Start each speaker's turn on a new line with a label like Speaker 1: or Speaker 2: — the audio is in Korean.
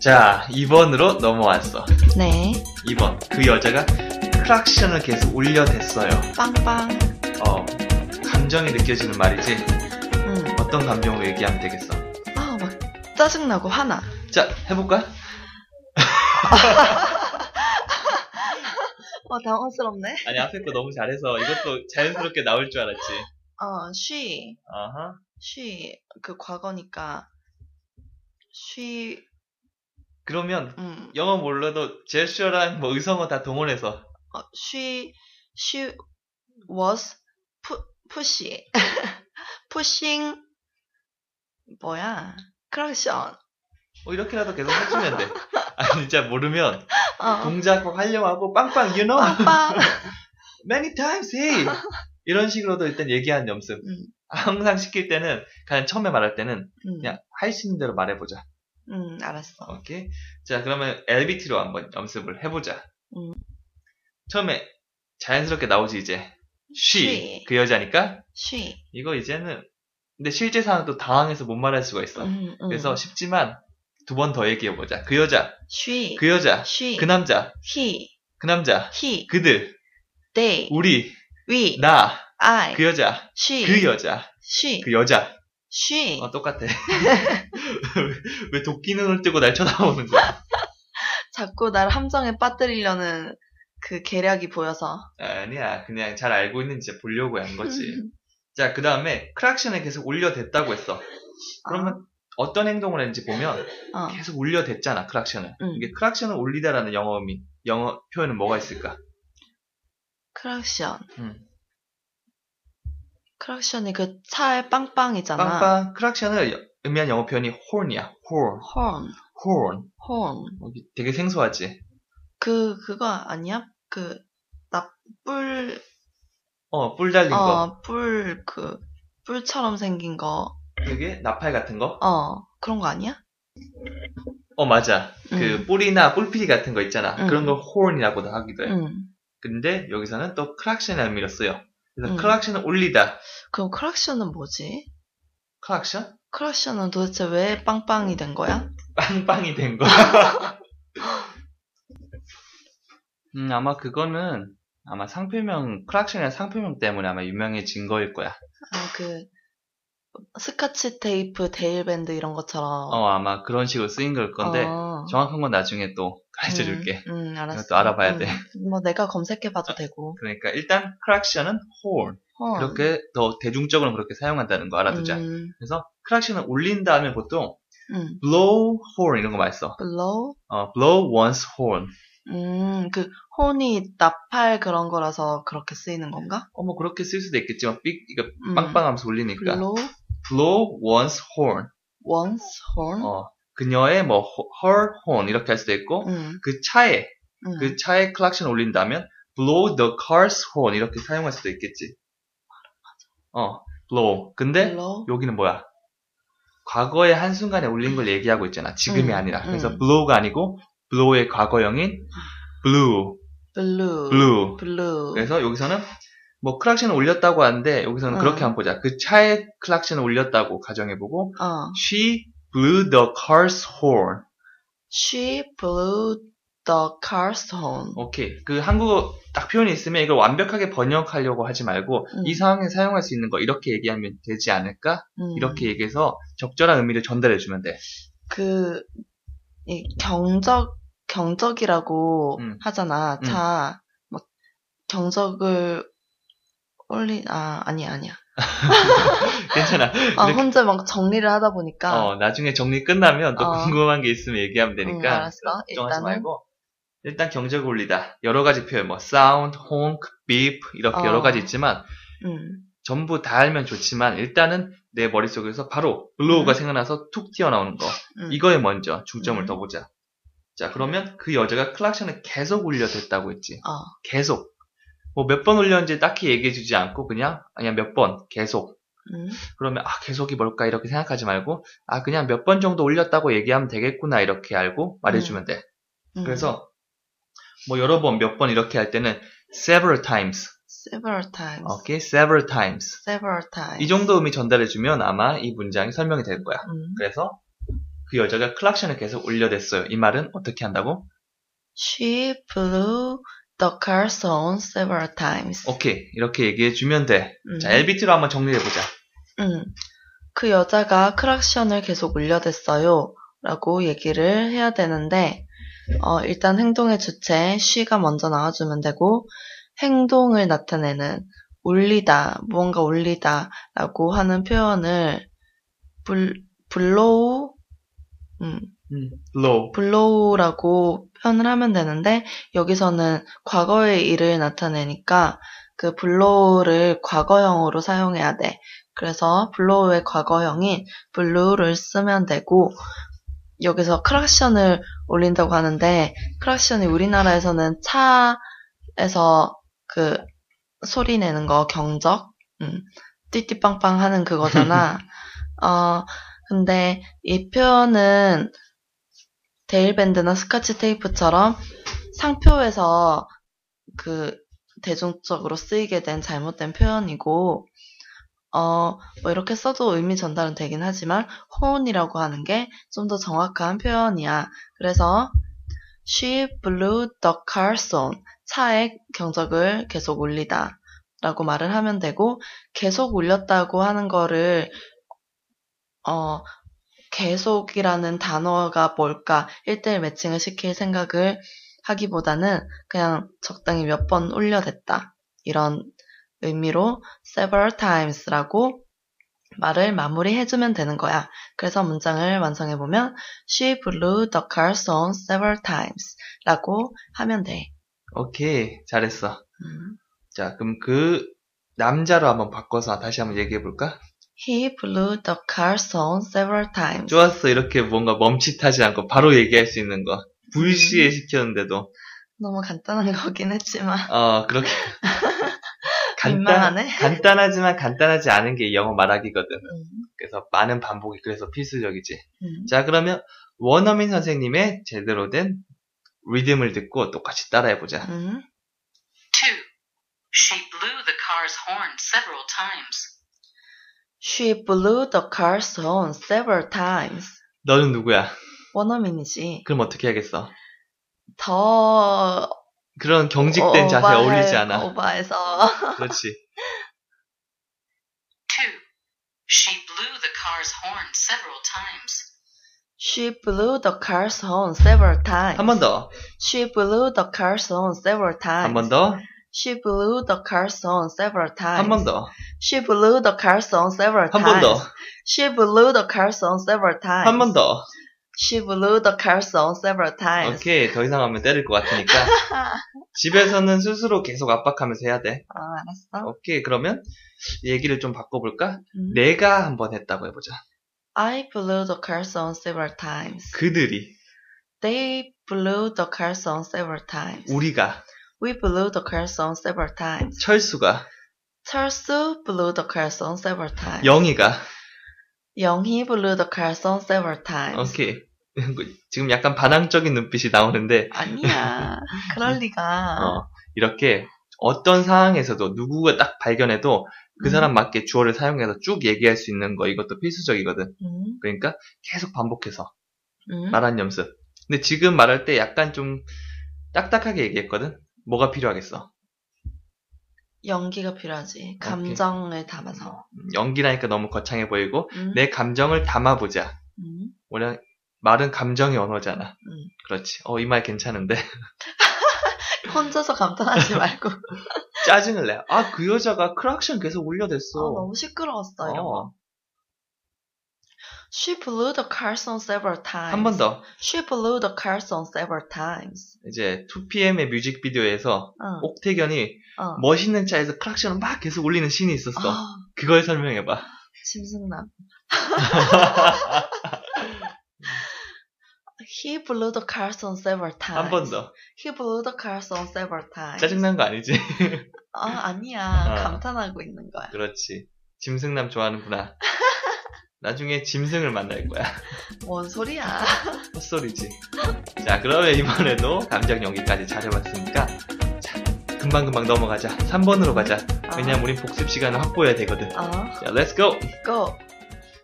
Speaker 1: 자, 2번으로 넘어왔어.
Speaker 2: 네.
Speaker 1: 2번. 그 여자가 클락션을 계속 울려댔어요.
Speaker 2: 빵빵.
Speaker 1: 어, 감정이 느껴지는 말이지.
Speaker 2: 음.
Speaker 1: 어떤 감정으로 얘기하면 되겠어?
Speaker 2: 아, 막 짜증나고 화나.
Speaker 1: 자, 해볼까?
Speaker 2: 와, 어, 당황스럽네.
Speaker 1: 아니, 앞에 거 너무 잘해서 이것도 자연스럽게 나올 줄 알았지.
Speaker 2: 어, she.
Speaker 1: 아하.
Speaker 2: she. 그 과거니까. she.
Speaker 1: 그러면
Speaker 2: 음.
Speaker 1: 영어 몰라도 제스처랑 뭐 의성어 다 동원해서
Speaker 2: 어, she. she was pu, push. pushing. 뭐야? 크락션.
Speaker 1: 뭐 이렇게라도 계속 해주면 돼. 아, 진짜 모르면
Speaker 2: 어.
Speaker 1: 동작 활용하고 빵빵, you know?
Speaker 2: 빵빵.
Speaker 1: many times, hey! 이런 식으로도 일단 얘기하는 연습.
Speaker 2: 음.
Speaker 1: 항상 시킬 때는, 그냥 처음에 말할 때는
Speaker 2: 음.
Speaker 1: 그냥 할 수 있는 대로 말해보자.
Speaker 2: 음, 알았어.
Speaker 1: 오케이. 자, 그러면 LBT로 한번 연습을 해보자.
Speaker 2: 음.
Speaker 1: 처음에 자연스럽게 나오지, 이제. she.
Speaker 2: she.
Speaker 1: 그 여자니까?
Speaker 2: she.
Speaker 1: 이거 이제는, 근데 실제 상황 또 당황해서 못 말할 수가 있어.
Speaker 2: 음, 음.
Speaker 1: 그래서 쉽지만, 두 번 더 얘기해보자. 그 여자,
Speaker 2: she.
Speaker 1: 그 여자,
Speaker 2: she.
Speaker 1: 그 남자,
Speaker 2: he.
Speaker 1: 그 남자,
Speaker 2: he.
Speaker 1: 그들,
Speaker 2: they.
Speaker 1: 우리,
Speaker 2: we.
Speaker 1: 나,
Speaker 2: I.
Speaker 1: 그 여자,
Speaker 2: she.
Speaker 1: 그 여자,
Speaker 2: she.
Speaker 1: 그 여자.
Speaker 2: she.
Speaker 1: 어, 똑같아. 왜 도끼 눈을 뜨고 날 쳐다보는 거야?
Speaker 2: 자꾸 날 함정에 빠뜨리려는 그 계략이 보여서.
Speaker 1: 아니야. 그냥 잘 알고 있는지 보려고 한 거지. 자, 그 다음에 크락션을 계속 올려댔다고 했어. 그러면 어떤 행동을 했는지 보면
Speaker 2: 어,
Speaker 1: 계속 올려댔잖아, 크락션을.
Speaker 2: 음.
Speaker 1: 이게 크락션을 올리다라는 영어 의미, 영어 표현은 뭐가 있을까?
Speaker 2: 크락션.
Speaker 1: 음.
Speaker 2: 크락션이 그 차의 빵빵이잖아.
Speaker 1: 빵빵, 크락션을 의미한 영어 표현이 horn이야, horn,
Speaker 2: horn.
Speaker 1: horn.
Speaker 2: horn.
Speaker 1: 어, 되게 생소하지?
Speaker 2: 그, 그거 아니야? 그, 나 뿔,
Speaker 1: 어, 뿔 달린 거.
Speaker 2: 어, 뿔, 그, 뿔처럼 생긴 거.
Speaker 1: 되게 나팔 같은 거?
Speaker 2: 어, 그런 거 아니야?
Speaker 1: 어, 맞아. 그
Speaker 2: 음.
Speaker 1: 뿔이나 뿔피리 같은 거 있잖아.
Speaker 2: 음.
Speaker 1: 그런 걸 horn이라고도 하기도 해.
Speaker 2: 응.
Speaker 1: 근데 여기서는 또 크락션의 의미로 써요. 그래서
Speaker 2: 음.
Speaker 1: 크락션을 올리다.
Speaker 2: 그럼 크락션은 뭐지?
Speaker 1: 크락션?
Speaker 2: 크락션은 도대체 왜 빵빵이 된 거야?
Speaker 1: 빵빵이 된 거. 음, 아마 그거는 아마 상표명, 크락션이나 상표명 때문에 아마 유명해진 거일 거야.
Speaker 2: 아, 그, 스카치 테이프, 데일밴드 이런 것처럼.
Speaker 1: 어, 아마 그런 식으로 쓰인 걸 건데,
Speaker 2: 어.
Speaker 1: 정확한 건 나중에 또 가르쳐 줄게.
Speaker 2: 음, 음, 알았어.
Speaker 1: 이것도 알아봐야 돼.
Speaker 2: 음, 뭐 내가 검색해봐도 되고.
Speaker 1: 그러니까 일단 크락션은 horn.
Speaker 2: 어.
Speaker 1: 그렇게 더 대중적으로 그렇게 사용한다는 거 알아두자.
Speaker 2: 음,
Speaker 1: 그래서 크락션을 올린 다음에 보통
Speaker 2: 음.
Speaker 1: blow horn 이런 거 많이 써.
Speaker 2: blow?
Speaker 1: 어, blow one's horn.
Speaker 2: 음, 그, 혼이 나팔 그런 거라서 그렇게 쓰이는 건가?
Speaker 1: 어, 뭐 그렇게 쓸 수도 있겠지만 삑, 이거
Speaker 2: 음.
Speaker 1: 빵빵하면서 울리니까.
Speaker 2: blow
Speaker 1: blow one's horn.
Speaker 2: one's horn?
Speaker 1: 어, 그녀의 뭐 her horn 이렇게 할 수도 있고
Speaker 2: 음,
Speaker 1: 그 차에
Speaker 2: 음.
Speaker 1: 그 차에 클락션 올린다면 blow the car's horn 이렇게 사용할 수도 있겠지. 어, blow. 근데
Speaker 2: blow?
Speaker 1: 여기는 뭐야? 과거의 한순간에 울린 걸 얘기하고 있잖아. 지금이
Speaker 2: 음,
Speaker 1: 아니라. 그래서
Speaker 2: 음.
Speaker 1: blow가 아니고 blow의 과거형인 blue,
Speaker 2: blue.
Speaker 1: blue.
Speaker 2: blue.
Speaker 1: 그래서 여기서는 뭐 클락션을 올렸다고 하는데 여기서는
Speaker 2: 음.
Speaker 1: 그렇게 한번 보자. 그 차에 클락션을 올렸다고 가정해보고
Speaker 2: 어.
Speaker 1: she blew the car's horn.
Speaker 2: she blew the car's horn.
Speaker 1: 오케이. 그 한국어 딱 표현이 있으면 이걸 완벽하게 번역하려고 하지 말고
Speaker 2: 음.
Speaker 1: 이 상황에 사용할 수 있는 거 이렇게 얘기하면 되지 않을까?
Speaker 2: 음.
Speaker 1: 이렇게 얘기해서 적절한 의미를 전달해 주면 돼.
Speaker 2: 그, 이 경적, 경적이라고
Speaker 1: 음.
Speaker 2: 하잖아.
Speaker 1: 음.
Speaker 2: 차, 막, 경적을 올린, 아, 아니야, 아니야.
Speaker 1: 괜찮아.
Speaker 2: 아,
Speaker 1: 이렇게-
Speaker 2: 혼자 막 정리를 하다 보니까.
Speaker 1: 어, 나중에 정리 끝나면 또
Speaker 2: 아. 어.
Speaker 1: 궁금한 게 있으면 얘기하면 되니까
Speaker 2: 응, 음, 알았어.
Speaker 1: 걱정하지
Speaker 2: 일단은.
Speaker 1: 말고 일단 경적 올리다 여러 가지 표현 뭐 sound, honk, beep 이렇게
Speaker 2: 어.
Speaker 1: 여러 가지 있지만
Speaker 2: 음,
Speaker 1: 전부 다 알면 좋지만 일단은 내 머릿속에서 바로 blow가
Speaker 2: 음.
Speaker 1: 생각나서 툭 튀어나오는 거
Speaker 2: 음.
Speaker 1: 이거에 먼저 중점을
Speaker 2: 음.
Speaker 1: 더 보자 자 그러면 그 여자가 클락션을 계속 울려댔다고 했지
Speaker 2: 어.
Speaker 1: 계속 뭐 몇 번 울렸는지 딱히 얘기해주지 않고 그냥 그냥 몇 번 계속
Speaker 2: 음,
Speaker 1: 그러면 아 계속이 뭘까 이렇게 생각하지 말고 아 그냥 몇 번 정도 올렸다고 얘기하면 되겠구나 이렇게 알고 말해주면 돼.
Speaker 2: 음.
Speaker 1: 그래서 뭐 여러 번 몇 번 이렇게 할 때는 several times,
Speaker 2: several times.
Speaker 1: 오케이 several times
Speaker 2: several times.
Speaker 1: 이 정도 음이 전달해주면 아마 이 문장이 설명이 될 거야.
Speaker 2: 음,
Speaker 1: 그래서 그 여자가 클락션을 계속 올려댔어요. 이 말은 어떻게 한다고?
Speaker 2: She blew the car horn several times.
Speaker 1: 오케이 이렇게 얘기해 주면 돼.
Speaker 2: 음.
Speaker 1: 어, 자 LBT로 한번 정리해 보자.
Speaker 2: 음. 그 여자가 크락션을 계속 울려댔어요. 라고 얘기를 해야 되는데, 어, 일단 행동의 주체, she가 먼저 나와주면 되고, 행동을 나타내는 울리다, 무언가 울리다 라고 하는 표현을 불, blow, 음,
Speaker 1: 음, blow.
Speaker 2: blow라고 표현을 하면 되는데, 여기서는 과거의 일을 나타내니까, 그 blow를 과거형으로 사용해야 돼. 그래서 blow의 과거형인 blue를 쓰면 되고, 여기서 크락션을 올린다고 하는데, 크락션이 우리나라에서는 차에서 그 소리 내는 거, 경적, 음, 띠띠빵빵 하는 그거잖아. 어, 근데 이 표현은 데일밴드나 스카치 테이프처럼 상표에서 그 대중적으로 쓰이게 된 잘못된 표현이고, 어, 뭐 이렇게 써도 의미 전달은 되긴 하지만, 호언이라고 하는 게 좀 더 정확한 표현이야. 그래서, she blew the car horn. 차의 경적을 계속 울리다. 라고 말을 하면 되고, 계속 울렸다고 하는 거를, 어, 계속이라는 단어가 뭘까 1대1 매칭을 시킬 생각을 하기보다는 그냥 적당히 몇 번 올려댔다 이런 의미로 several times라고 말을 마무리해주면 되는 거야. 그래서 문장을 완성해보면 She blew the car horn several times 라고 하면 돼.
Speaker 1: 오케이 잘했어.
Speaker 2: 음.
Speaker 1: 자 그럼 그 남자로 한번 바꿔서 다시 한번 얘기해 볼까?
Speaker 2: He blew the car horn several times.
Speaker 1: 좋았어 이렇게 뭔가 멈칫하지 않고 바로 얘기할 수 있는 거.
Speaker 2: 음.
Speaker 1: 불시에 시켰는데도
Speaker 2: 너무 간단한 거긴 했지만
Speaker 1: 어 그렇게
Speaker 2: 민망하네.
Speaker 1: 간단하지만 간단하지 않은 게 영어 말하기거든.
Speaker 2: 음,
Speaker 1: 그래서 많은 반복이 그래서 필수적이지.
Speaker 2: 음.
Speaker 1: 자, 그러면 원어민 선생님의 제대로 된 리듬을 듣고 똑같이 따라해보자.
Speaker 3: 2.
Speaker 2: 음.
Speaker 3: She blew the car's horn several times.
Speaker 2: She blew the car's horn several times.
Speaker 1: 너는 누구야?
Speaker 2: 원어민이지.
Speaker 1: 그럼 어떻게 하겠어?
Speaker 2: 더
Speaker 1: 그런 경직된 자세
Speaker 2: 오바해-
Speaker 1: 어울리지 않아.
Speaker 2: 오바해서
Speaker 1: 그렇지.
Speaker 3: 2. She blew the car's horn several times.
Speaker 2: She blew the car's horn several times.
Speaker 1: 한 번 더.
Speaker 2: She blew the car's horn several times.
Speaker 1: 한 번 더.
Speaker 2: She blew the car's horn several times.
Speaker 1: 한 번 더.
Speaker 2: She blew the car's horn several
Speaker 1: 한
Speaker 2: times.
Speaker 1: 번 더.
Speaker 2: She blew the car's horn several times.
Speaker 1: 한 번 더.
Speaker 2: She blew the car's horn several times.
Speaker 1: 오케이. 더 이상 하면 때릴 것 같으니까. 집에서는 스스로 계속 압박하면서 해야 돼.
Speaker 2: 어, 알았어.
Speaker 1: 오케이. 그러면 얘기를 좀 바꿔볼까?
Speaker 2: 음.
Speaker 1: 내가 한 번 했다고 해보자.
Speaker 2: I blew the car's horn several times.
Speaker 1: 그들이,
Speaker 2: They blew the car song several times.
Speaker 1: 우리가,
Speaker 2: We blew the car song several times.
Speaker 1: 철수가,
Speaker 2: 철수 blew the car song several times.
Speaker 1: 영희가,
Speaker 2: 영희 blew the car song several times.
Speaker 1: 오케이. 지금 약간 반항적인 눈빛이 나오는데,
Speaker 2: 아니야. 그럴 리가.
Speaker 1: 어, 이렇게 어떤 상황에서도 누구가 딱 발견해도 그
Speaker 2: 음.
Speaker 1: 사람 맞게 주어를 사용해서 쭉 얘기할 수 있는 거 이것도 필수적이거든.
Speaker 2: 음,
Speaker 1: 그러니까 계속 반복해서
Speaker 2: 음.
Speaker 1: 말하는 연습. 근데 지금 말할 때 약간 좀 딱딱하게 얘기했거든. 뭐가 필요하겠어?
Speaker 2: 연기가 필요하지. 감정을 담아서.
Speaker 1: 음, 연기라니까 너무 거창해 보이고
Speaker 2: 음,
Speaker 1: 내 감정을 담아보자.
Speaker 2: 음,
Speaker 1: 원래 말은 감정의 언어잖아.
Speaker 2: 음.
Speaker 1: 그렇지. 어 이 말 괜찮은데
Speaker 2: 혼자서 감탄하지 말고. 아,
Speaker 1: 짜증을 내. 아 그 여자가 크락션 계속 올려댔어.
Speaker 2: 아, 너무 시끄러웠어, 이런 거. She blew the car song several times.
Speaker 1: 한 번 더.
Speaker 2: She blew the car song several times.
Speaker 1: 이제 2PM의 뮤직비디오에서
Speaker 2: 응,
Speaker 1: 옥태견이
Speaker 2: 어.
Speaker 1: 멋있는 차에서 클락션을 막 계속 울리는 씬이 있었어.
Speaker 2: 아,
Speaker 1: 그걸 설명해봐.
Speaker 2: 짐승남. He blew the car on several
Speaker 1: 한
Speaker 2: times.
Speaker 1: 번 더.
Speaker 2: He blew the car on several times.
Speaker 1: 짜증난 거 아니지?
Speaker 2: 아, 아니야.
Speaker 1: 아.
Speaker 2: 감탄하고 있는 거야.
Speaker 1: 그렇지. 짐승남 좋아하는구나. 나중에 짐승을 만날 거야.
Speaker 2: 뭔 소리야.
Speaker 1: 헛소리지. 자, 그러면 이번에도 감정 연기까지 잘해봤으니까 자, 금방금방 넘어가자. 3번으로 가자. 왜냐면 우린 복습 시간을 확보해야 되거든.
Speaker 2: 어, 어,
Speaker 1: 자, let's go!
Speaker 2: go.